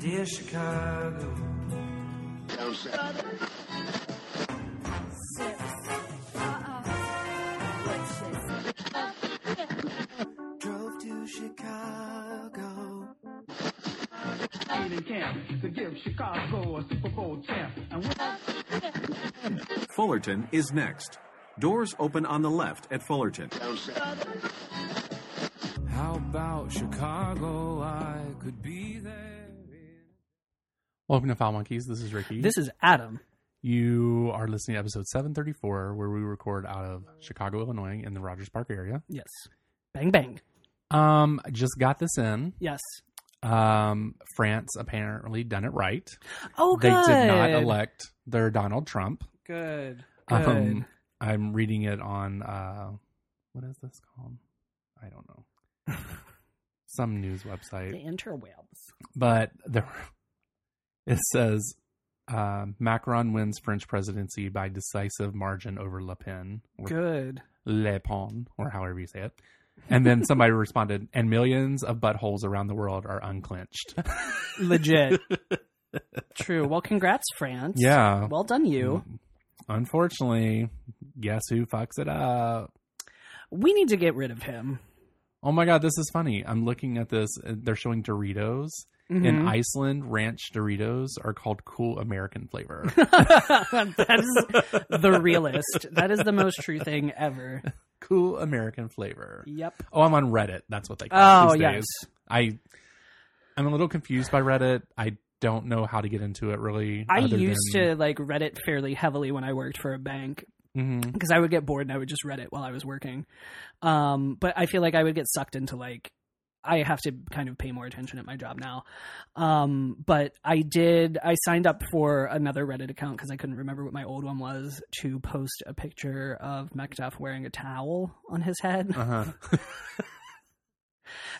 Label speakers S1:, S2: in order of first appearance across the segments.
S1: Dear Chicago. Drove to Chicago.
S2: in camp to give Chicago a Super Bowl champ. And we
S3: Fullerton is next. Doors open on the left at Fullerton.
S1: How about Chicago? I could be there. in-
S4: Welcome to Foul Monkeys. This is Ricky.
S5: This is Adam.
S4: you are listening to episode 734, where we record out of Chicago, Illinois, in the Rogers Park area.
S5: Yes. Bang bang.
S4: Um, just got this in.
S5: Yes.
S4: Um, France apparently done it right.
S5: Oh,
S4: They
S5: good.
S4: did not elect their Donald Trump.
S5: Good. Good.
S4: Um, I'm reading it on uh, what is this called? I don't know. Some news
S5: the
S4: website,
S5: interwebs.
S4: but there it says uh, Macron wins French presidency by decisive margin over Le Pen. or
S5: Good.
S4: Le Pen, or however you say it. And then somebody responded, and millions of buttholes around the world are unclenched.
S5: Legit. True. Well, congrats, France.
S4: yeah. Mm-hmm.
S5: Well done, you.
S4: Unfortunately, guess who fucks it up? Mm-hmm.
S5: We need to get rid of him.
S4: Oh my god, this is funny. I'm looking at this. uh, They're showing Doritos in
S5: Mhm.
S4: Iceland. Ranch Doritos are called Cool American flavor.
S5: Mm-hmm. that is the realest. That is the most true thing ever.
S4: cool American flavor.
S5: Yep.
S4: Oh, I'm on Reddit. That's what they call. it
S5: Oh,
S4: these
S5: yes.
S4: days. I I'm a little confused by Reddit. I don't know how to get into it really.
S5: I used to like Reddit fairly heavily when I worked for a bank
S4: to.
S5: because I would get bored and I would just read it while I was working. Um, but I feel like I would get sucked into like I have to kind of pay more attention at my job now. Um, but I did I signed up for another Reddit account because I couldn't remember what my old one was to post a picture of Macduff wearing a towel on his head.
S4: Uh huh.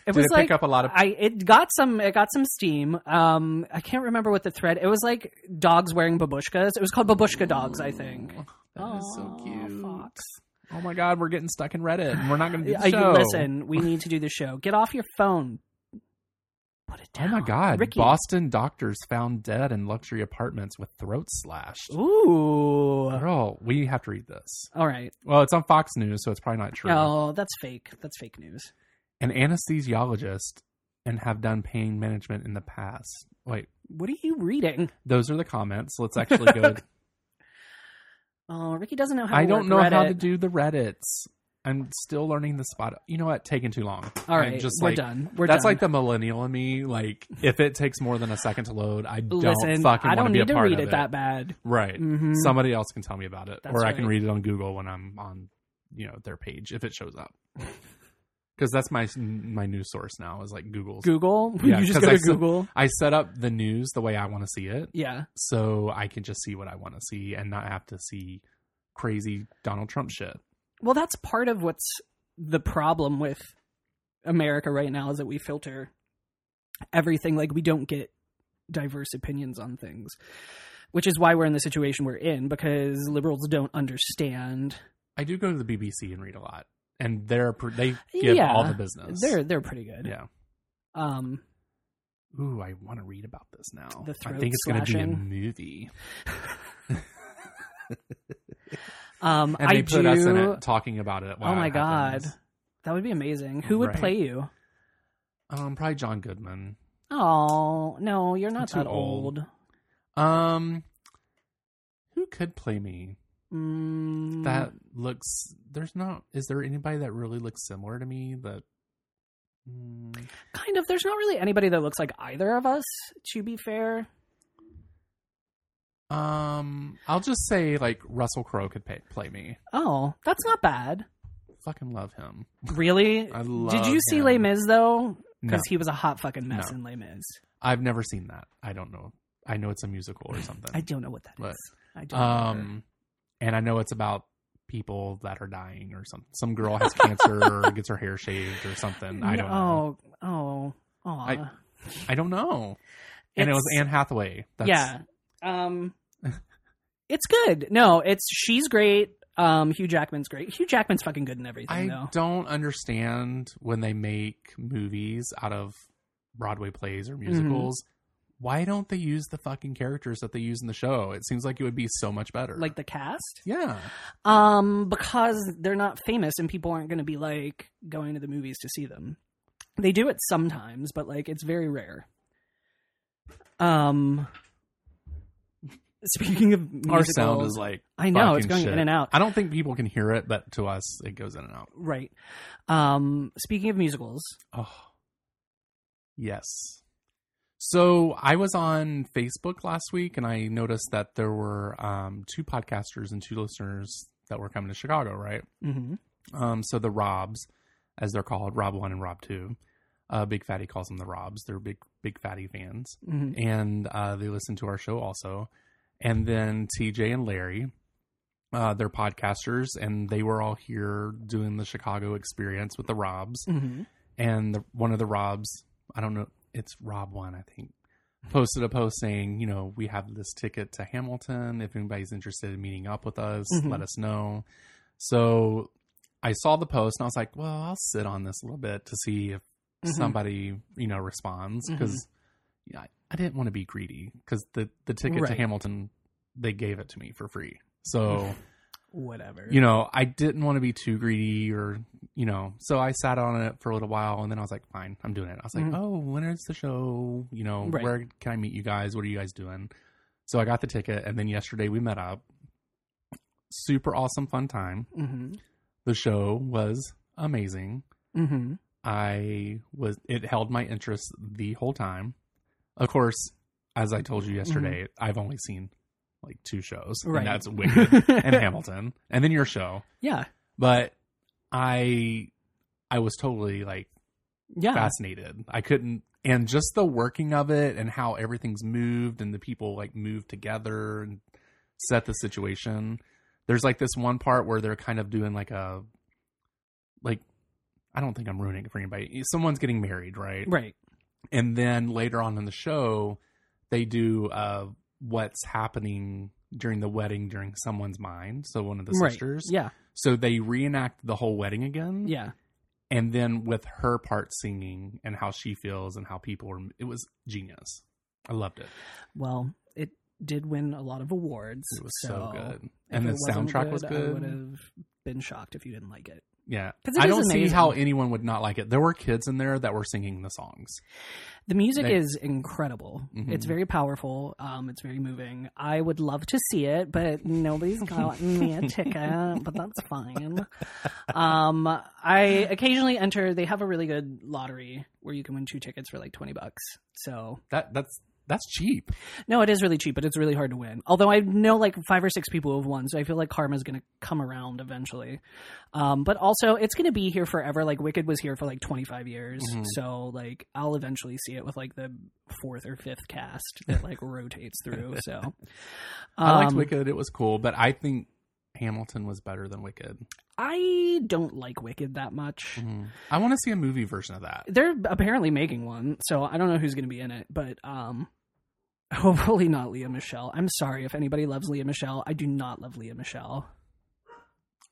S5: It
S4: Did
S5: was
S4: it
S5: like
S4: pick up a lot of?
S5: I it got some it got some steam. Um, I can't remember what the thread. It was like dogs wearing babushkas. It was called babushka dogs, I think.
S4: That is so
S5: Aw,
S4: cute.
S5: Fox.
S4: Oh my god, we're getting stuck in Reddit. and We're not going to do
S5: Uh,
S4: the
S5: you-
S4: show.
S5: listen, we need to do the show. Get off your phone. Put it
S4: Oh
S5: down.
S4: my God!
S5: Ricky.
S4: Boston doctors found dead in luxury apartments with throat slashed.
S5: Ooh.
S4: Girl, we have to read this.
S5: All right.
S4: Well, it's on Fox News, so it's probably not true.
S5: Oh, that's fake. That's fake news.
S4: An anesthesiologist and have done pain management in the past. Wait,
S5: What are you reading?
S4: those are the comments. Let's actually go.
S5: Oh, Ricky doesn't know how. To
S4: I don't know
S5: work
S4: how
S5: Reddit.
S4: to do the Reddits. I'm still learning the spot. You know what? Taking too long.
S5: All
S4: I'm
S5: right,
S4: just
S5: we're
S4: like,
S5: done. We're
S4: that's
S5: done.
S4: like the millennial in me. Like, if it takes more than a second to load, I don't
S5: Listen,
S4: fucking
S5: I don't
S4: want be
S5: need
S4: a
S5: to
S4: part
S5: read
S4: of
S5: it, that bad.
S4: Right.
S5: Mhm.
S4: Somebody else can tell me about it,
S5: That's
S4: or I can
S5: right.
S4: read it on Google when I'm on, you know, their page if it shows up. Because that's my my news source now is like Google's.
S5: Google.
S4: Yeah,
S5: you just
S4: 'cause
S5: go
S4: I
S5: to
S4: still-
S5: Google.
S4: I set up the news the way I want to see it,
S5: yeah.
S4: so I can just see what I want to see and not have to see crazy Donald Trump shit.
S5: Well, that's part of what's the problem with America right now is that we filter everything. Like, we don't get diverse opinions on things, which is why we're in the situation we're in because liberals don't understand.
S4: I do go to the BBC and read a lot, and they're pr- they give
S5: Yeah,
S4: all the business.
S5: They're they're pretty good.
S4: yeah.
S5: Um,
S4: Ooh, I want to read about this now.
S5: The
S4: I
S5: throat
S4: think it's going to be a
S5: slashing.
S4: movie,
S5: um,
S4: and
S5: I
S4: they put
S5: do.
S4: us in it talking about it. while
S5: oh my
S4: it
S5: god,
S4: happens.
S5: that would be amazing. Who would
S4: Right.
S5: play you?
S4: Um, probably John Goodman.
S5: Oh no, you're not
S4: too
S5: that
S4: old.
S5: old.
S4: Um, who could play me?
S5: Mm,
S4: That looks. There's not. Is there anybody that really looks similar to me? That. Mm,
S5: kind of. There's not really anybody that looks like either of us. To be fair,
S4: Um, I'll just say like Russell Crowe could pay, play me.
S5: Oh, that's not bad.
S4: Fucking love him.
S5: Really?
S4: I love.
S5: Did you see
S4: him.
S5: Les Mis though?
S4: No,
S5: Because he was a hot fucking mess
S4: No.
S5: in Les Mis.
S4: I've never seen that. I don't know. I know it's a musical or something.
S5: I don't know what that is.
S4: But,
S5: I don't. remember.
S4: Um, and I know it's about people that are dying or something. Some girl has cancer or gets her hair shaved or something. I don't know.
S5: No, Oh, oh, aw.
S4: I- I don't know. And it was
S5: It's-
S4: Anne Hathaway. That's,
S5: yeah. Um, it's good. No, it's she's great. Um, Hugh Jackman's great. Hugh Jackman's fucking good in everything
S4: I
S5: though.
S4: don't understand when they make movies out of Broadway plays
S5: Mm-hmm.
S4: or musicals, why don't they use the fucking characters that they use in the show? It seems like it would be so much better.
S5: like the cast
S4: yeah,
S5: um because they're not famous and people aren't going to be like going to the movies to see them they do it sometimes but like it's very rare um speaking of
S4: our
S5: musicals,
S4: sound is like
S5: i know it's
S4: fucking
S5: going
S4: shit.
S5: in and out
S4: I don't think people can hear it, but to us, it goes in and out.
S5: right um speaking of musicals
S4: Oh, yes. So I was on Facebook last week, and I noticed that there were um, two podcasters and two listeners that were coming to Chicago, right?
S5: hmm
S4: Um, so the Robs, as they're called, Rob One and Rob Two. Uh, Big Fatty calls them the Robs. They're big, big fatty fans,
S5: hmm
S4: and uh, they listen to our show also. And then TJ and Larry, uh, they're podcasters, and they were all here doing the Chicago experience with the Robs
S5: hmm
S4: and the, one of the Robs, I don't know, it's Rob one, I think, posted a post saying, you know, we have this ticket to Hamilton. If anybody's interested in meeting up with us,
S5: Mhm.
S4: let us know. So I saw the post and I was like, well, I'll sit on this a little bit to see if
S5: Mhm.
S4: somebody, you know, responds because yeah, I- I didn't want to be greedy because the, the ticket to
S5: Right.
S4: Hamilton, they gave it to me for free. So
S5: whatever
S4: you know, I didn't want to be too greedy or, you know, so I sat on it for a little while and then I was like, fine, I'm doing it. I was like,
S5: Mhm.
S4: oh, when is the show? You know,
S5: Right.
S4: where can I meet you guys? What are you guys doing? So I got the ticket and then yesterday we met up. Super awesome, fun time.
S5: hmm
S4: The show was amazing.
S5: hmm
S4: I was, it held my interest the whole time. Of course, as I told you yesterday, I've only seen like two shows,
S5: Mm-hmm. Right.
S4: and that's Wicked and Hamilton, and then your show
S5: yeah
S4: but i i was totally like
S5: yeah
S4: fascinated i couldn't and just the working of it and how everything's moved and the people like move together and set the situation there's like this one part where they're kind of doing like a like i don't think i'm ruining it for anybody someone's getting married right
S5: right
S4: and then later on in the show they do uh what's happening during the wedding during someone's mind so one of the
S5: right
S4: sisters
S5: yeah
S4: so they reenact the whole wedding again.
S5: yeah
S4: And then with her part singing and how she feels and how people were, it was genius. I loved it.
S5: well it did win a lot of awards
S4: It was so, good. And the soundtrack was
S5: I
S4: good.
S5: would have been shocked if you didn't like it.
S4: yeah.
S5: 'Cause it
S4: I
S5: is
S4: don't see
S5: amazing.
S4: how anyone would not like it. There were kids in there that were singing the songs.
S5: The music
S4: They-
S5: is incredible.
S4: Mhm.
S5: It's very powerful. Um, it's very moving. I would love to see it, but nobody's gotten me a ticket. But that's fine. Um, I occasionally enter. They have a really good lottery where you can win two tickets for like twenty bucks. So
S4: That That's that's cheap.
S5: no, it is really cheap, but it's really hard to win. Although I know like five or six people who have won, so I feel like karma's going to come around eventually. Um, but also, it's going to be here forever. Like Wicked was here for like 25 years,
S4: Mhm.
S5: so like I'll eventually see it with like the fourth or fifth cast that like rotates through. So
S4: I liked
S5: um,
S4: Wicked. It was cool. But I think Hamilton was better than Wicked.
S5: I don't like Wicked that much.
S4: Mm-hmm. I want to see a movie version of that.
S5: They're apparently making one, so I don't know who's going to be in it, but um. Hopefully not Leah Michelle. I'm sorry if anybody loves Leah Michelle. I do not love Leah Michelle.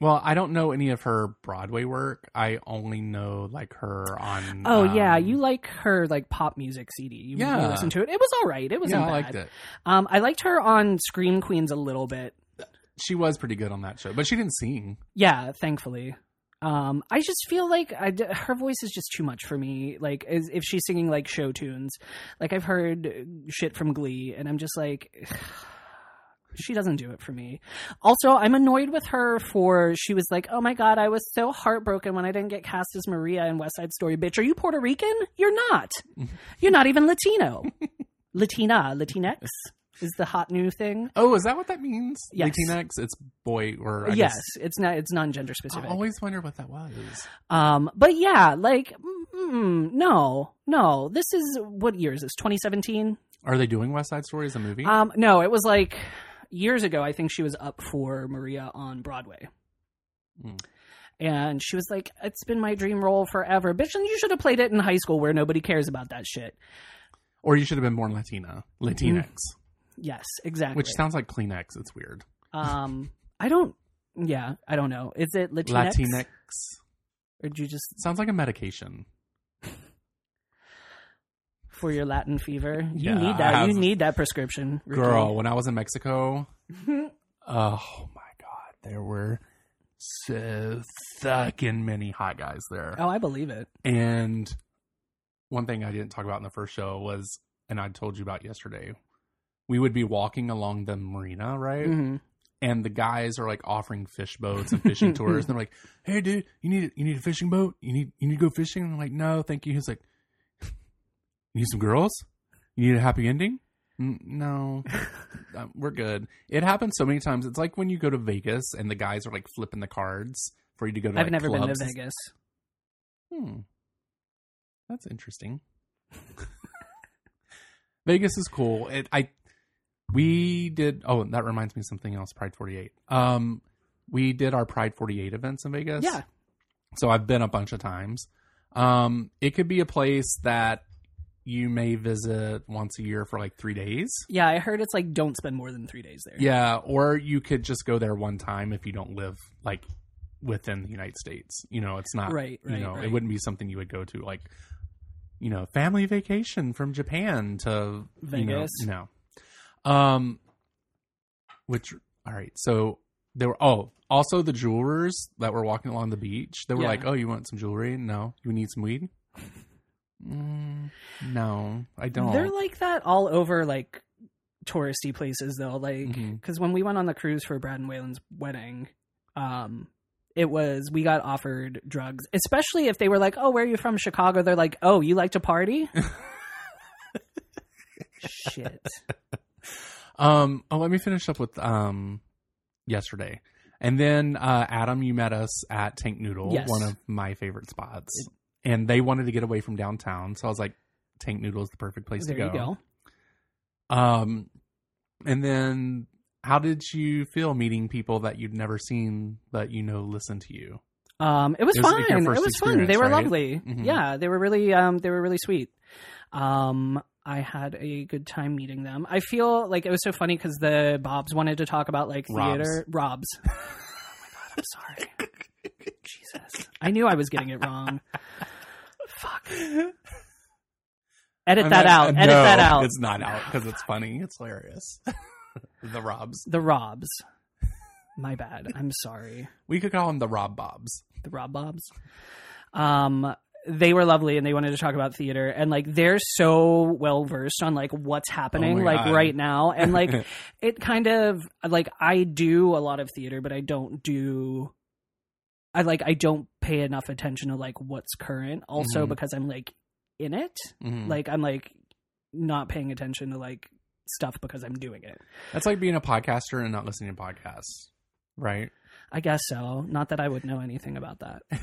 S4: Well, I don't know any of her Broadway work. I only know like her on.
S5: Oh yeah,
S4: um,
S5: you like her like pop music CD. You, yeah,
S4: Yeah.
S5: listen to it. It was all right. It was
S4: yeah,
S5: bad.
S4: I liked it.
S5: Um, I liked her on Scream Queens a little bit.
S4: she was pretty good on that show, but she didn't sing.
S5: Yeah, thankfully. Um, I just feel like I d- her voice is just too much for me. Like is, if she's singing like show tunes, like I've heard uh, shit from Glee, and I'm just like. She doesn't do it for me. Also, I'm annoyed with her for she was like, "Oh my god, I was so heartbroken when I didn't get cast as Maria in West Side Story." Bitch, are you Puerto Rican? You're not. You're not even Latino. Latina, Latinx is the hot new thing.
S4: Oh, is that what that means?
S5: Yes.
S4: Latinx, it's boy or I
S5: yes,
S4: guess-
S5: it's not. It's non-gender specific.
S4: I always wonder what that was.
S5: Um, but yeah, like, mm, no, no. This is what year is this? 2017.
S4: Are they doing West Side Story as a movie?
S5: Um, no, it was like years ago. I think she was up for Maria on Broadway.
S4: Mm.
S5: And she was like, "It's been my dream role forever, bitch." And you should have played it in high school, where nobody cares about that shit.
S4: or you should have been born Latina,
S5: Mm-hmm.
S4: Latinx,
S5: Yes, exactly.
S4: which sounds like Kleenex. It's weird.
S5: um, I don't. Yeah, I don't know. Is it Latinx?
S4: Latinx
S5: Or did you just
S4: sounds like a medication.
S5: for your Latin fever. You
S4: Yeah,
S5: need
S4: I
S5: that. You
S4: have-
S5: need that prescription, Ricky.
S4: Girl, when I was in Mexico, oh my god, there were so fucking many hot guys there.
S5: Oh, I believe it.
S4: And one thing I didn't talk about in the first show was, and I told you about yesterday, we would be walking along the marina, right?
S5: Mhm.
S4: And the guys are like offering fish boats and fishing tours. And they're like, "Hey, dude, you need you need a fishing boat? You need you need to go fishing?" I'm like, "No, thank you." He's like, "You need some girls? You need a happy ending?" "Mm, No, Um, we're good. It happens so many times. It's like when you go to Vegas and the guys are like flipping the cards for you to go to.
S5: I've
S4: like,
S5: never been
S4: clubs
S5: to
S4: and
S5: Vegas.
S4: Hmm. That's interesting. Vegas is cool. It, I we did oh, and that reminds me of something else, Pride 48. Um we did our Pride 48 events in Vegas.
S5: Yeah.
S4: So I've been a bunch of times. Um it could be a place that you may visit once a year for like 3 days.
S5: Yeah, I heard it's like don't spend more than three days there.
S4: Yeah, or you could just go there one time if you don't live like within the United States. You know, it's not
S5: Right, right,
S4: You know,
S5: right.
S4: it wouldn't be something you would go to like, you know, family vacation from Japan to you know,
S5: Vegas.
S4: no, um, which all right. So there were oh also the jewelers that were walking along the beach. They were
S5: Yeah.
S4: like, oh, you want some jewelry? No, you need some weed. Mm, no, I don't.
S5: They're like that all over like touristy places though, like
S4: Mhm.
S5: because when we went on the cruise for Brad and Waylon's wedding, um, it was we got offered drugs, especially if they were like, "Oh, where are you from? Chicago?" They're like, "Oh, you like to party?" Shit.
S4: Um. Oh, let me finish up with um, yesterday, and then uh, Adam, you met us at Tank Noodle,
S5: Yes.
S4: one of my favorite spots, and they wanted to get away from downtown, so I was like, Tank Noodle is the perfect place
S5: There
S4: to
S5: you go.
S4: go. Um, and then how did you feel meeting people that you'd never seen but you know listen to you?
S5: Um, it was
S4: It was,
S5: fun.
S4: like, your
S5: it
S4: first
S5: was fun. They
S4: experience,
S5: were
S4: right?
S5: lovely.
S4: Mhm.
S5: Yeah, they were really um, they were really sweet. Um, I had a good time meeting them. I feel like it was so funny because the Bobs wanted to talk about like
S4: Robs.
S5: theater. Robs. oh my god, I'm sorry. Jesus, I knew I was getting it wrong. Fuck. Edit
S4: I'm
S5: that
S4: not-
S5: out.
S4: uh, no,
S5: Edit that out.
S4: It's not out because it's funny. It's hilarious. the Robs.
S5: The Robs. My bad. I'm sorry.
S4: We could call them the Rob Bobs.
S5: the Rob Bobs. Um, they were lovely and they wanted to talk about theater and like they're so well versed on like what's happening
S4: Oh my
S5: like
S4: God.
S5: right now and like it kind of like I do a lot of theater but I don't do I like I don't pay enough attention to like what's current also
S4: Mhm.
S5: because I'm like in it
S4: Mhm.
S5: like I'm like not paying attention to like stuff because I'm doing it.
S4: That's like being a podcaster and not listening to podcasts, right?
S5: I guess so. Not that I would know anything about that.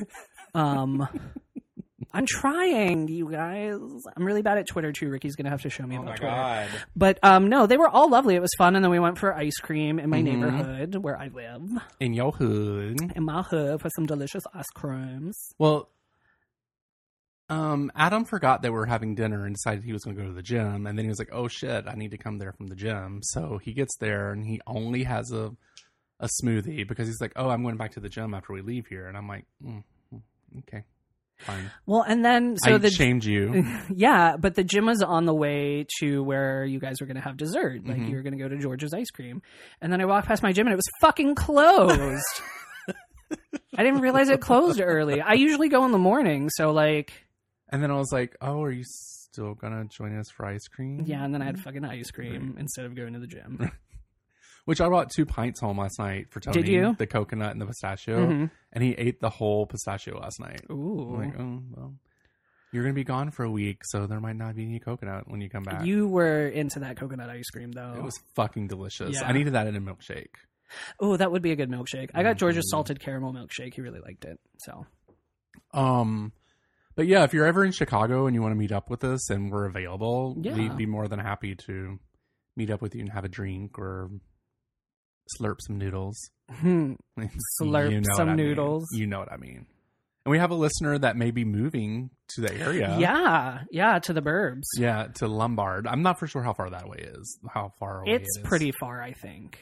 S5: Um, I'm trying, you guys. I'm really bad at Twitter too. Ricky's gonna have to show me about Twitter. But um, no, they were all lovely. It was fun, and then we went for ice cream in my
S4: Mhm.
S5: neighborhood where I live
S4: In your hood.
S5: in my hood for some delicious ice creams.
S4: Well, um, Adam forgot that we were having dinner and decided he was going to go to the gym, and then he was like, "Oh shit, I need to come there from the gym." So he gets there and he only has a a smoothie because he's like, "Oh, I'm going back to the gym after we leave here," and I'm like, mm, mm, "Okay, fine."
S5: Well, and then so
S4: I
S5: the
S4: shamed you.
S5: yeah, but the gym was on the way to where you guys were going to have dessert. Like
S4: Mhm.
S5: you were going to go to George's ice cream, and then I walked past my gym and it was fucking closed. I didn't realize it closed early. I usually go in the morning, so like
S4: and then I was like, "Oh, are you still gonna join us for ice cream?"
S5: yeah. And then I had fucking ice cream instead of going to the gym.
S4: Which I brought two pints home last night for Tony.
S5: Did you?
S4: The coconut and the pistachio.
S5: Mhm.
S4: And he ate the whole pistachio last night. I'm
S5: Ooh,
S4: like, oh, well, you're going to be gone for a week, so there might not be any coconut when you come back.
S5: you were into that coconut ice cream though.
S4: it was fucking delicious.
S5: Yeah.
S4: I needed that in a milkshake.
S5: oh, that would be a good milkshake. I got George's
S4: Mhm.
S5: salted caramel milkshake. He really liked it. So
S4: Um, but yeah, if you're ever in Chicago and you want to meet up with us and we're available,
S5: Yeah.
S4: we'd be more than happy to meet up with you and have a drink or slurp some noodles.
S5: hmm. Slurp
S4: You know
S5: some
S4: what I mean.
S5: noodles.
S4: You know what I mean. And we have a listener that may be moving to the area.
S5: yeah, yeah, to the burbs.
S4: Yeah, to Lombard. I'm not for sure how far that way is. How far away
S5: It's
S4: it is.
S5: pretty far, I think.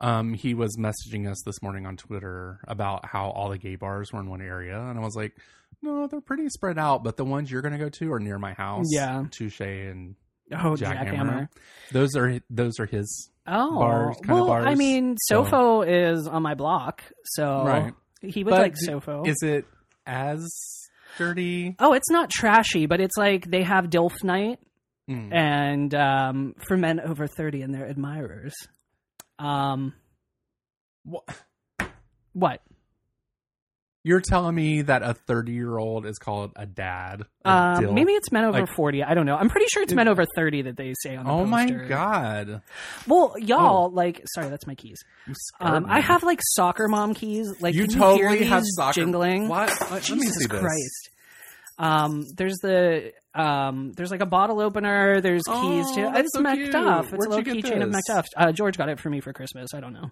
S4: Um, he was messaging us this morning on Twitter about how all the gay bars were in one area, and I was like, No, they're pretty spread out, but the ones you're going to go to are near my house.
S5: Yeah.
S4: Touche and
S5: Oh,
S4: Jackhammer.
S5: Jackhammer.
S4: Those are those are his.
S5: Oh,
S4: Bars, kinda
S5: well, I
S4: bars,
S5: mean,
S4: so-
S5: Sofo is on my block, so
S4: Right.
S5: he would
S4: But
S5: like
S4: d-
S5: Sofo.
S4: Is it as dirty?
S5: oh, it's not trashy, but it's like they have Dilf Night
S4: Mm.
S5: Eh. and um, for men over thirty and their admirers. Um,
S4: Wha-
S5: what?
S4: You're telling me that a 30 year old is called a dad? A
S5: Uh,
S4: dilf?
S5: maybe it's men over
S4: Like-
S5: forty. I don't know. I'm pretty sure it's
S4: Dude.
S5: men over thirty that they say on the
S4: Oh my
S5: poster.
S4: god!
S5: Well, y'all, like, sorry, that's my keys.
S4: You scared
S5: Um,
S4: Oh. me.
S5: I have like soccer mom keys. Like,
S4: you
S5: can
S4: totally
S5: hear
S4: have
S5: these
S4: soccer
S5: jingling.
S4: What? Let, let me
S5: Jesus
S4: see this.
S5: Christ. Um, there's the um, there's like a bottle opener. There's keys
S4: Oh,
S5: to
S4: that's
S5: it's
S4: so cute.
S5: MacDuff. It's
S4: Where'd
S5: a little
S4: you get
S5: keychain of
S4: this?
S5: MacDuff. Uh, George got it for me for Christmas. I don't know.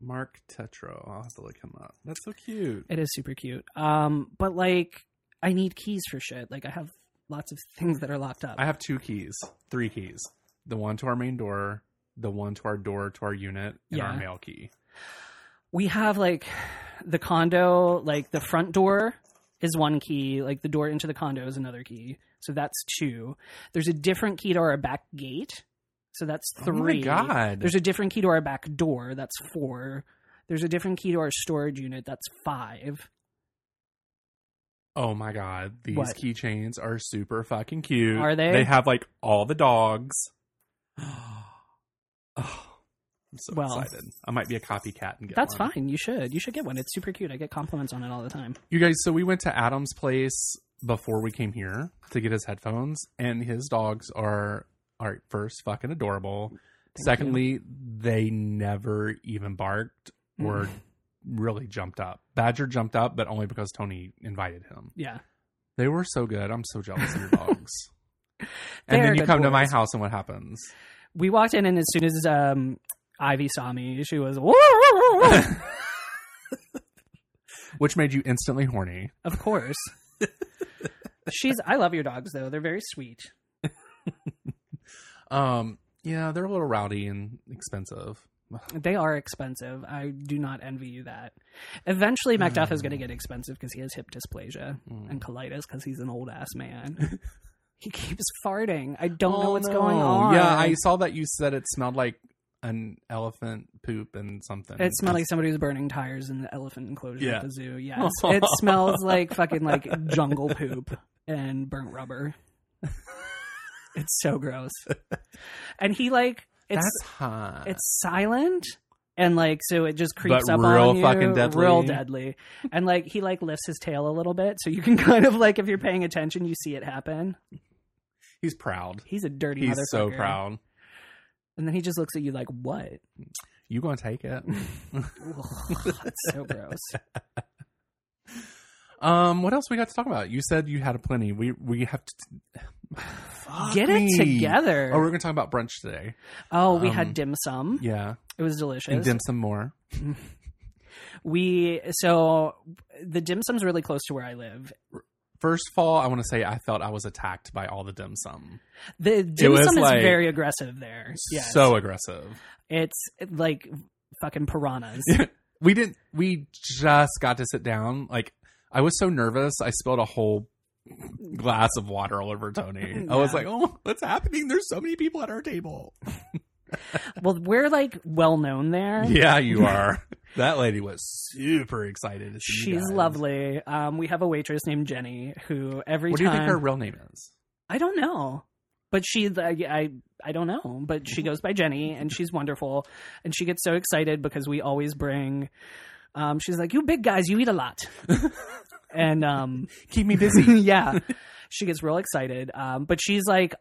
S4: Mark Tetro. I'll have to look him up. That's so cute.
S5: It is super cute. Um, but like, I need keys for shit. Like, I have lots of things that are locked up.
S4: I have two keys, three keys. The one to our main door, the one to our door to our unit, and our
S5: Yeah.
S4: mail key.
S5: we have like the condo, like the front door is one key, like the door into the condo is another key. So that's two. There's a different key to our back gate. So that's three.
S4: Oh my god!
S5: There's a different key to our back door. That's four. There's a different key to our storage unit. That's five.
S4: oh my god! These
S5: What?
S4: keychains are super fucking cute.
S5: Are they?
S4: They have like all the dogs. oh, I'm so
S5: Well-
S4: excited. I might be a copycat and get
S5: That's
S4: one.
S5: fine. You should. You should get one. It's super cute. I get compliments on it all the time.
S4: You guys, so we went to Adam's place before we came here to get his headphones, and his dogs are are first fucking adorable. Secondly, they never even barked or really jumped up. Badger jumped up, but only because Tony invited him.
S5: Yeah.
S4: They were so good. I'm so jealous of your dogs.
S5: They
S4: and
S5: are
S4: then you
S5: good
S4: come to my
S5: boys.
S4: house, and what happens?
S5: We walked in, and as soon as um, Ivy saw me, she was, "Woo, woo, woo, woo."
S4: Which made you instantly horny.
S5: of course. She's, I love your dogs, though. They're very sweet.
S4: Um, yeah, they're a little rowdy and expensive.
S5: They are expensive. I do not envy you that. Eventually, Macduff is going to get expensive because he has hip dysplasia
S4: Hmm. Mm.
S5: and colitis because he's an old ass man. he keeps farting. I don't know
S4: Oh,
S5: what's
S4: no.
S5: going on.
S4: Yeah, I saw that you said it smelled like an elephant poop and something.
S5: It smelled like somebody was burning tires in the elephant enclosure
S4: Yeah.
S5: at the zoo. Yes, it smells like fucking like jungle poop and burnt rubber. it's so gross. And he like it's
S4: that's hot.
S5: it's silent and like so it just creeps
S4: But
S5: up
S4: real
S5: on you,
S4: fucking deadly.
S5: real deadly and like he like lifts his tail a little bit so you can kind of like if you're paying attention you see it happen
S4: he's proud.
S5: he's a dirty
S4: He's
S5: motherfucker
S4: so proud.
S5: and then he just looks at you like what
S4: You gonna take it?
S5: Ugh, it's so gross
S4: um, what else we got to talk about? You said you had a plenty. We we have to Fuck
S5: get it
S4: me.
S5: together
S4: Oh, we're gonna talk about brunch today.
S5: oh we had
S4: um,
S5: dim sum
S4: Yeah,
S5: it was
S4: and
S5: delicious
S4: dim some more.
S5: we so the dim sum's really close to where i live
S4: First of all, I want to say I felt I was attacked by all the dim sum.
S5: the dim
S4: was
S5: sum
S4: like-
S5: is very aggressive there yes.
S4: So aggressive.
S5: it's like fucking piranhas
S4: we didn't we just got to sit down like i was so nervous i spilled a whole glass of water all over tony i was
S5: Yeah.
S4: like oh what's happening there's so many people at our table
S5: Well, we're like well known there.
S4: yeah you are that lady was super excited to see you
S5: She's
S4: guys.
S5: lovely. Um, we have a waitress named Jenny who every
S4: what do
S5: time
S4: you think her real name is
S5: I don't know, but she I, I I don't know, but
S4: Mm-hmm.
S5: she goes by Jenny and she's wonderful and she gets so excited because we always bring. Um, she's like, "You big guys, you eat a lot," and um,
S4: keep me busy
S5: yeah, she gets real excited. Um, but she's like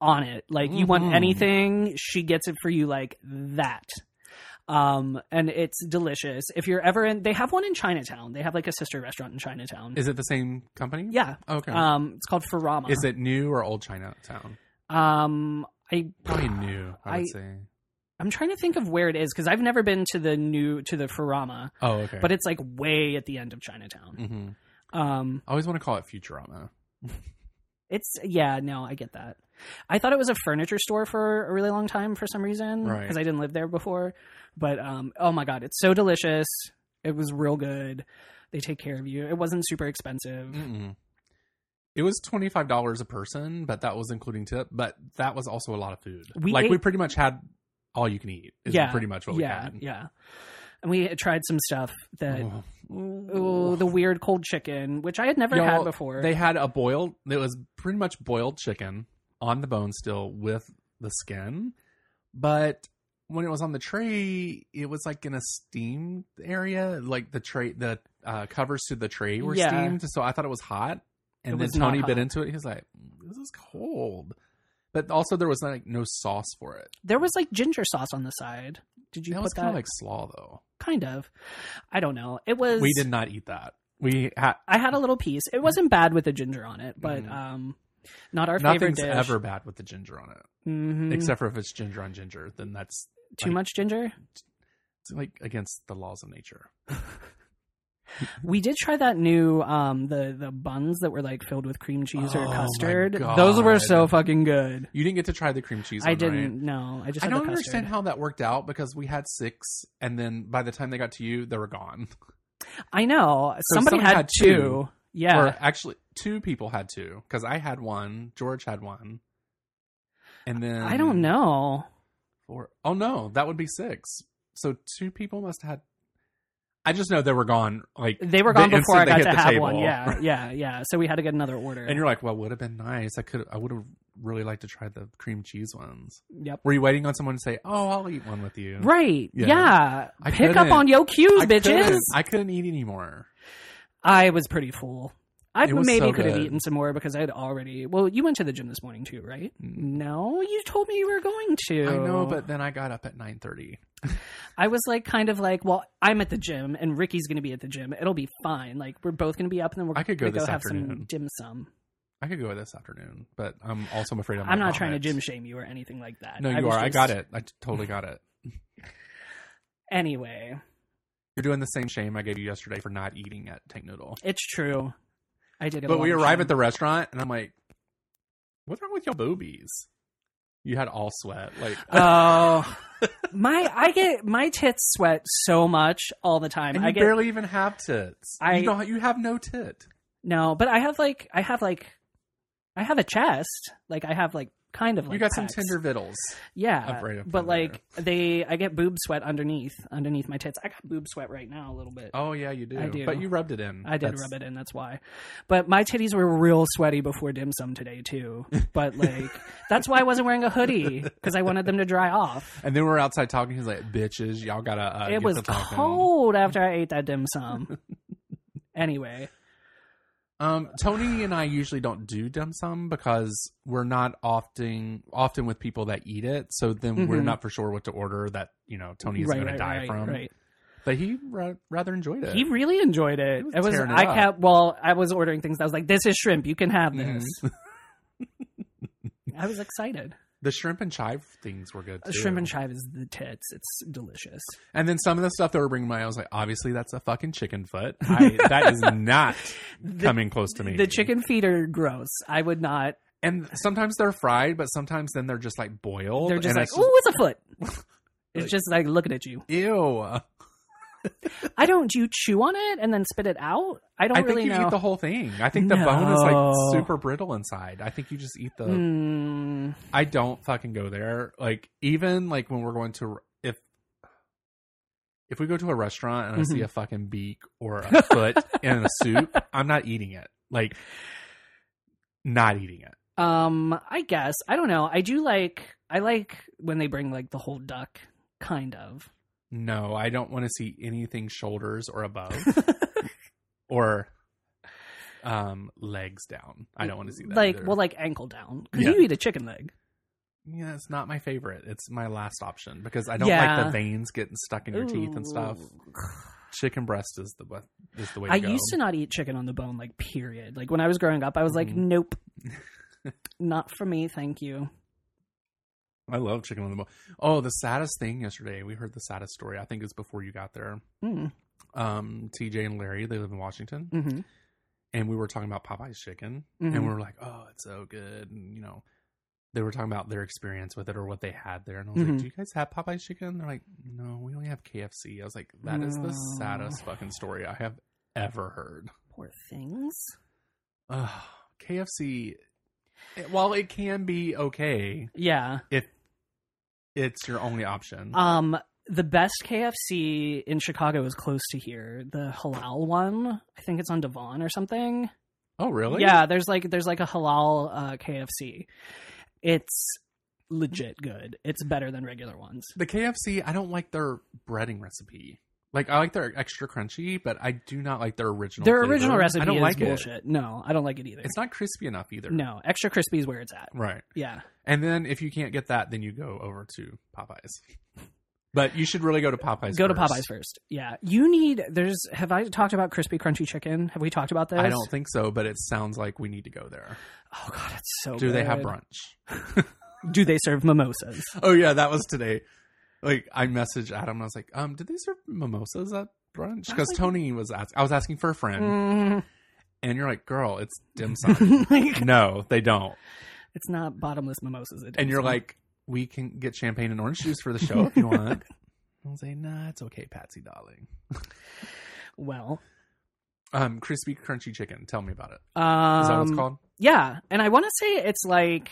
S5: on it. Like you want
S4: Mhm.
S5: anything, she gets it for you like that. Um, and it's delicious. If you're ever in, they have one in Chinatown. They have like a sister restaurant in Chinatown.
S4: is it the same company
S5: yeah.
S4: okay
S5: Um, it's called Farama.
S4: is it new or old chinatown
S5: Um, I
S4: probably new i would
S5: I-
S4: say
S5: I'm trying to think of where it is because I've never been to the new to the Farama,
S4: oh okay
S5: but it's like way at the end of Chinatown.
S4: hmm
S5: Um,
S4: i always want to call it futurama
S5: It's yeah, no, I get that. I thought it was a furniture store for a really long time for some reason
S4: Right.
S5: because I didn't live there before. But um, oh my god, it's so delicious. It was real good. They take care of you. It wasn't super expensive.
S4: Mm-mm. It was twenty five dollars a person, but that was including tip. But that was also a lot of food.
S5: We
S4: like we
S5: ate-
S4: pretty much had all you can eat. Is
S5: Yeah,
S4: pretty much what
S5: yeah,
S4: we had.
S5: yeah. And we had tried some stuff that
S4: Oh.
S5: oh, the weird cold chicken, which I had never
S4: Y'all,
S5: had before.
S4: They had a boiled. It was pretty much boiled chicken on the bone still with the skin, but when it was on the tray, it was like in a steamed area. Like the tray, the uh, covers to the tray were
S5: Yeah.
S4: steamed, so I thought it was hot.
S5: It
S4: And then
S5: was not
S4: Tony
S5: hot.
S4: bit into it. He was like, "This is cold," but also there was like no sauce for it.
S5: there was like ginger sauce on the side. Did you
S4: That
S5: put
S4: was
S5: that?
S4: kind of like slaw, though.
S5: kind of. I don't know. It was.
S4: We did not eat that. We had
S5: I had a little piece. It wasn't bad with the ginger on it, but
S4: Mhm.
S5: um, not our favorite
S4: nothing's
S5: dish.
S4: ever bad with the ginger on it,
S5: Mhm.
S4: except for if it's ginger on ginger, then that's
S5: too
S4: like-
S5: much ginger.
S4: It's like against the laws of nature.
S5: We did try that new um the the buns that were like filled with cream cheese
S4: Oh
S5: or
S4: my
S5: custard.
S4: God.
S5: Those were so fucking good.
S4: You didn't get to try the cream cheese.
S5: I
S4: one,
S5: didn't.
S4: right?
S5: No, I just.
S4: I
S5: Had
S4: don't
S5: the custard.
S4: understand how that worked out because we had six, and then by the time they got to you, they were gone.
S5: I know
S4: So
S5: somebody,
S4: someone
S5: had,
S4: had
S5: two.
S4: two.
S5: Yeah,
S4: Or actually, two people had two because I had one, George had one, and then
S5: I don't know.
S4: Four. Oh no, that would be six. So two people must have had. I just know they were gone. Like
S5: They were
S4: the
S5: gone before
S4: instant
S5: I
S4: they
S5: got
S4: hit
S5: to
S4: the
S5: have
S4: table.
S5: one. Yeah, yeah, yeah. So we had to get another order.
S4: And you're like, well, would have been nice. I could. I would have really liked to try the cream cheese ones.
S5: yep.
S4: Were you waiting on someone to say, "Oh, I'll eat one with you"?
S5: Right.
S4: Yeah.
S5: Yeah.
S4: I
S5: Pick
S4: couldn't.
S5: up on your cues,
S4: I
S5: bitches.
S4: Couldn't, I couldn't eat anymore.
S5: I was pretty full. I
S4: It was
S5: maybe
S4: so
S5: could have
S4: good.
S5: eaten some more because I had already. Well, you went to the gym this morning too, right? No, you told me you were going to.
S4: Mm. I know, but then I got up at nine thirty.
S5: I was like, kind of like, well, I'm at the gym and Ricky's going to be at the gym. It'll be fine. Like we're both going to be up, and then we're
S4: I could go
S5: gonna
S4: this
S5: have
S4: afternoon.
S5: some dim sum.
S4: I could go this afternoon, but I'm also I'm afraid I'm.
S5: I'm
S4: gonna
S5: not trying to
S4: vomit.
S5: gym shame you or anything like that.
S4: Oh No,
S5: I
S4: you
S5: was
S4: are. I
S5: just-
S4: got it. I t- totally got it.
S5: Anyway,
S4: You're doing the same shame I gave you yesterday for not eating at Tank Noodle.
S5: it's true. I did. get a
S4: But we
S5: lot of
S4: arrive
S5: shame.
S4: at the restaurant, and I'm like, "What's wrong with your boobies? You had all sweat. Like,
S5: Oh, my! I get my tits sweat so much all the time.
S4: and you
S5: I get
S4: barely even have tits.
S5: I-
S4: you, don't, you have no tit.
S5: no, but I have like I have like I have a chest. Like I have like kind of like
S4: you got
S5: pecs.
S4: some tender vittles.
S5: yeah.
S4: up right up
S5: but
S4: under
S5: like they, I get boob sweat underneath underneath my tits. I got boob sweat right now a little bit.
S4: Oh yeah, you do.
S5: I do.
S4: But you rubbed it in.
S5: I did rub it in. That's why. But my titties were real sweaty before dim sum today too. But like that's why I wasn't wearing a hoodie because I wanted them to dry off.
S4: And then we were outside talking. He's like, "Bitches, y'all gotta." Uh,
S5: it
S4: get
S5: was
S4: to talking."
S5: cold after I ate that dim sum. anyway,
S4: Um, Tony and I usually don't do dim sum because we're not often often with people that eat it. So then we're
S5: Mhm.
S4: not for sure what to order that you know Tony is going to die from.
S5: Right.
S4: But he ra- rather enjoyed it.
S5: He really enjoyed it.
S4: He was
S5: It was.
S4: tearing it
S5: I
S4: up.
S5: kept. Well, I was ordering things. I was like, "This is shrimp. You can have this." I was excited.
S4: the shrimp and chive things were good. Too.
S5: Shrimp and chive is the tits. It's delicious.
S4: And then some of the stuff that were bringing my, I was like, obviously that's a fucking chicken foot. I, that is not coming close to me.
S5: The chicken feet are gross. I would not.
S4: and sometimes they're fried, but sometimes then they're just like boiled.
S5: They're just
S4: and
S5: like,
S4: it's
S5: "Ooh, it's a foot." It's just like looking at you.
S4: ew.
S5: I don't. Do you chew on it and then spit it out? I don't
S4: I
S5: really
S4: think you
S5: know.
S4: eat the whole thing. I think the bone is
S5: No.
S4: like super brittle inside. I think you just eat the.
S5: Mm.
S4: I don't fucking go there. Like even like when we're going to if if we go to a restaurant and
S5: Mhm.
S4: I see a fucking beak or a foot in a soup, I'm not eating it. Like not eating it.
S5: Um, I guess I don't know. I do like I like when they bring like the whole duck, kind of.
S4: No, I don't want to see anything shoulders or above or um legs down. I don't want to see that.
S5: like
S4: either.
S5: well, like ankle down. 'Cause
S4: Yeah.
S5: you eat a chicken leg.
S4: Yeah, it's not my favorite. It's my last option because I don't like
S5: Yeah.
S4: the veins getting stuck in your teeth and stuff. Chicken breast is the bu- is the way. To
S5: I
S4: go.
S5: used to not eat chicken on the bone. Like period. Like when I was growing up, I was like,
S4: Mhm.
S5: nope, not for me. Thank you.
S4: I love chicken on the bone. Oh, the saddest thing yesterday. We heard the saddest story. I think it's before you got there.
S5: Mm.
S4: Um, TJ and Larry, they live in Washington,
S5: hmm
S4: and we were talking about Popeye's chicken,
S5: Mhm.
S4: and we were like, "Oh, it's so good," and you know. They were talking about their experience with it or what they had there, and I was
S5: Mhm.
S4: like, "Do you guys have Popeye's chicken?" They're like, "No, we only have KFC." I was like, "That is the
S5: No.
S4: saddest fucking story I have ever heard.
S5: Poor things.
S4: Ugh, KFC, it- while it can be okay,
S5: Yeah.
S4: if it's your only option.
S5: Um, the best KFC in Chicago is close to here. The halal one, I think it's on Devon or something.
S4: oh, really?
S5: Yeah, there's like there's like a halal uh, KFC. It's legit good. It's better than regular ones.
S4: The KFC, I don't like their breading recipe. Like I like their extra crunchy, but I do not like their original.
S5: Their
S4: flavor.
S5: original recipe
S4: I don't
S5: is
S4: like it.
S5: bullshit. No, I don't like it either.
S4: It's not crispy enough either.
S5: no, extra crispy is where it's at.
S4: Right.
S5: Yeah,
S4: And then if you can't get that, then you go over to Popeyes. But you should really go to Popeyes.
S5: go to
S4: first.
S5: Popeyes first. Yeah, you need. There's. Have I talked about crispy crunchy chicken? Have we talked about this?
S4: I don't think so, but it sounds like we need to go there.
S5: Oh god, it's so.
S4: Do they have
S5: good.
S4: brunch?
S5: Do they serve mimosas?
S4: Oh yeah, that was today. Like I messaged Adam. I was like, um, did they serve mimosas at brunch? Because Tony was asking. I was asking for a friend,
S5: Mm.
S4: and you're like, girl, it's dim sum.
S5: Like,
S4: no, they don't.
S5: it's not bottomless mimosas. It
S4: And
S5: is.
S4: you're like, we can get champagne and orange juice for the show if you want. I was like, nah, it's okay, Patsy darling.
S5: well,
S4: Um, crispy crunchy chicken. Tell me about it.
S5: um,
S4: Is that what it's called?
S5: Yeah, and I want to say it's like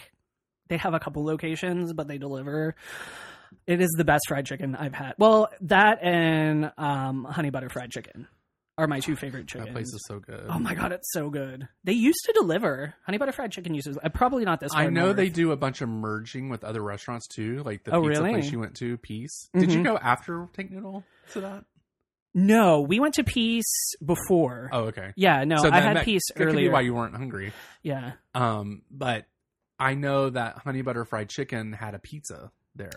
S5: they have a couple locations, but they deliver. It is the best fried chicken I've had. Well, that and um, honey butter fried chicken are my two favorite chickens.
S4: That place is so good.
S5: Oh my god, it's so good. They used to deliver honey butter fried chicken. Uses uh, probably not this. far
S4: I know they
S5: north.
S4: do a bunch of merging with other restaurants too, like the
S5: Oh,
S4: pizza
S5: really?
S4: place you went to, Peace. Did you
S5: Mhm.
S4: go after Tank Noodle to that?
S5: No, we went to Peace before.
S4: Oh, okay.
S5: Yeah, no, I
S4: then
S5: had
S4: that
S5: Peace
S4: could be
S5: earlier.
S4: why you weren't hungry.
S5: yeah,
S4: Um, but I know that Honey Butter Fried Chicken had a pizza there.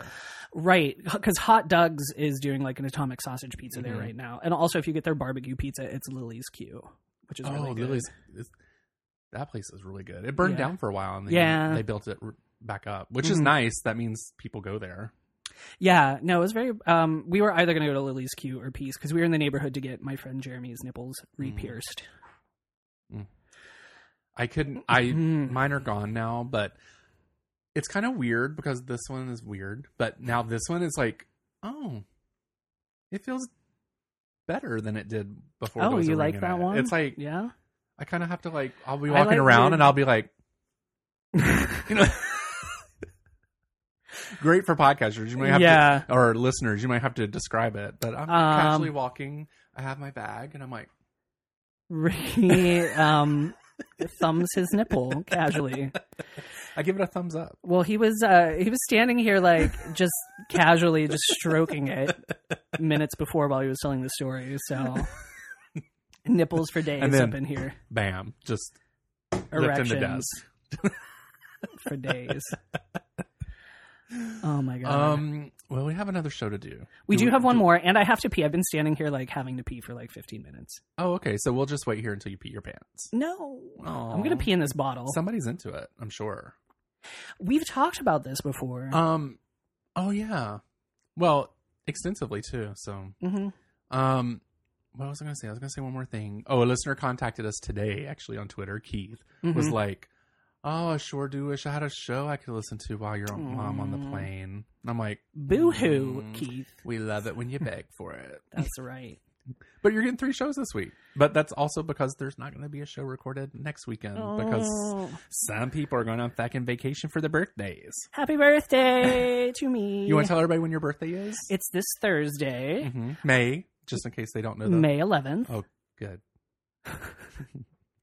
S5: right. Because Hot Dogs is doing like an atomic sausage pizza there
S4: Mhm.
S5: right now, and also if you get their barbecue pizza, it's Lily's Q, which is really good.
S4: Oh, Lily's- it's- that place is really good. It burned
S5: Yeah.
S4: down for a while, and then
S5: Yeah.
S4: they built it r- back up, which is
S5: Mhm.
S4: nice. That means people go there.
S5: Yeah, no, it was very. Um, we were either going to go to Lily's Q or Peace because we were in the neighborhood to get my friend Jeremy's nipples
S4: Mm.
S5: re-pierced.
S4: I couldn't. I
S5: Mhm.
S4: mine are gone now, but it's kind of weird because this one is weird, but now this one is like, oh, it feels better than it did before. there
S5: Oh,
S4: was a
S5: you
S4: ring
S5: like
S4: in
S5: that
S4: it.
S5: one?
S4: It's like
S5: Yeah,
S4: I kind of have to like. I'll be
S5: I
S4: walking
S5: like
S4: around
S5: your-
S4: and I'll be like, you know. Great for podcasters. You might have
S5: Yeah.
S4: to, or listeners, you might have to describe it. But I'm
S5: Um,
S4: casually walking. I have my bag, and I'm like,
S5: Ricky um, thumbs his nipple casually.
S4: I give it a thumbs up.
S5: Well, he was uh, he was standing here like just casually, just stroking it minutes before while he was telling the story. So nipples for days
S4: And then-
S5: up in here,
S4: Bam! Just lift into
S5: erections
S4: dust.
S5: for days. Oh my god.
S4: Um. Well, we have another show to do.
S5: we do have one more, and I have to pee. I've been standing here like having to pee for like 15 minutes.
S4: Oh, okay. So we'll just wait here until you pee your pants.
S5: No,
S4: Aw.
S5: I'm gonna pee in this bottle.
S4: Somebody's into it, I'm sure.
S5: We've talked about this before.
S4: Um. Oh yeah. Well, extensively too. So,
S5: Mhm.
S4: um, what was I gonna say? I was gonna say one more thing. Oh, a listener contacted us today, actually on Twitter. Keith was
S5: Mhm.
S4: like, "Oh, I sure do wish I had a show I could listen to while your mom on the
S5: Mm.
S4: plane." And I'm like,
S5: Boo hoo,
S4: Mm.
S5: Keith.
S4: "We love it when you beg for it."
S5: That's right.
S4: But you're getting three shows this week. But that's also because there's not going to be a show recorded next weekend Um, because
S5: Oh.
S4: some people are going on fucking vacation for their birthdays.
S5: happy birthday to me.
S4: You want to tell everybody when your birthday is?
S5: It's this Thursday,
S4: hmm May, just in case they don't know that.
S5: May 11th.
S4: Oh, good.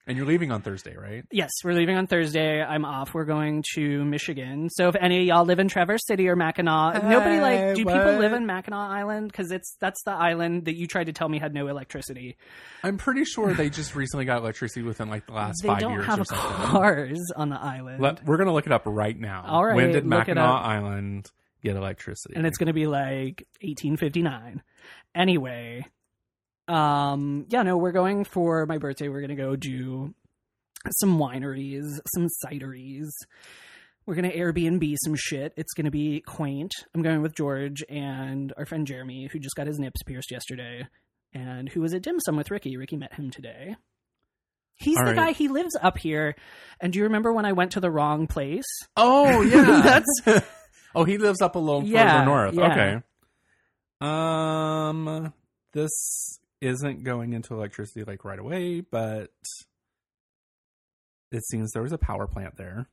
S4: and you're leaving on Thursday, right?
S5: Yes, we're leaving on Thursday. I'm off. We're going to Michigan. So if any of y'all live in Traverse City or Mackinac, nobody
S4: Hey,
S5: like do
S4: what?
S5: people live in Mackinac Island because it's that's the island that you tried to tell me had no electricity.
S4: I'm pretty sure they just recently got electricity within like the last
S5: they
S4: five
S5: don't
S4: years
S5: have
S4: or something.
S5: cars on the island,
S4: Let- we're going to look it up right now.
S5: All right,
S4: When did
S5: look it
S4: Mackinac
S5: up.
S4: Island get electricity?
S5: and it's going to be like 1859. Anyway, um, yeah, no, we're going for my birthday. We're going to go do some wineries, some cideries. We're going to Airbnb some shit. It's going to be quaint. I'm going with George and our friend Jeremy, who just got his nips pierced yesterday, and who was at dim sum with Ricky. Ricky met him today. He's
S4: All
S5: the
S4: right.
S5: guy. He lives up here. And do you remember when I went to the wrong place?
S4: Oh yeah,
S5: That's-
S4: oh he lives up a little
S5: Yeah,
S4: further north.
S5: yeah.
S4: Okay. Um, this isn't going into electricity like right away, but it seems there was a power plant there.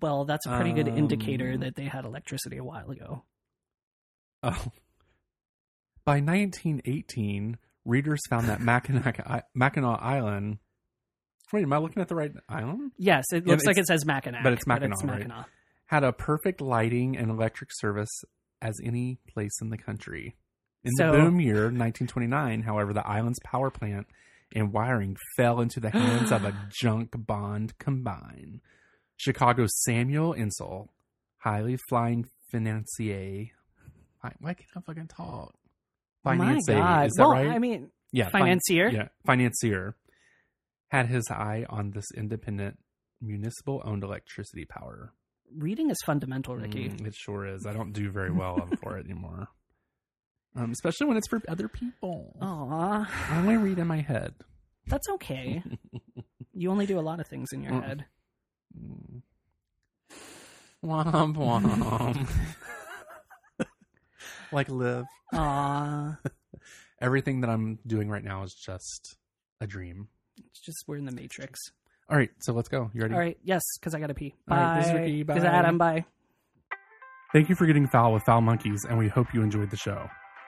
S5: Well, that's a pretty good
S4: Um,
S5: indicator that they had electricity a while ago.
S4: Oh. By 1918, readers found that Mackinac, I- Mackinac Island. Wait, am I looking at the right island?
S5: Yes, it
S4: Yeah,
S5: looks like
S4: it's-
S5: it says Mackinac,
S4: but it's Mackinac, right?
S5: Mackinac.
S4: Had a perfect lighting and electric service as any place in the country. In
S5: So-
S4: the boom year 1929, however, the island's power plant and wiring fell into the hands of a junk bond combine. Chicago's Samuel Insull, highly flying financier. Why, why can't I fucking talk?
S5: Oh My God.
S4: is that
S5: well,
S4: right?
S5: I mean,
S4: yeah, fin-
S5: financier.
S4: yeah, financier had his eye on this independent municipal-owned electricity power.
S5: Reading is fundamental, Ricky.
S4: Mm, it sure is. I don't do very well up for it anymore, um, especially when it's for other people.
S5: Oh. Aw,
S4: I only read in my head.
S5: that's okay. you only do a lot of things in your
S4: Mm.
S5: head.
S4: Mm. Womp womp. like live.
S5: Aw,
S4: Everything that I'm doing right now is just a dream.
S5: it's just we're in the matrix.
S4: All right, so let's go. You ready?
S5: All right, yes, because I got to pee. Bye.
S4: All right, this is Ricky.
S5: This is
S4: Bye.
S5: Adam. Bye.
S4: Thank you for getting foul with Foul Monkeys, and we hope you enjoyed the show.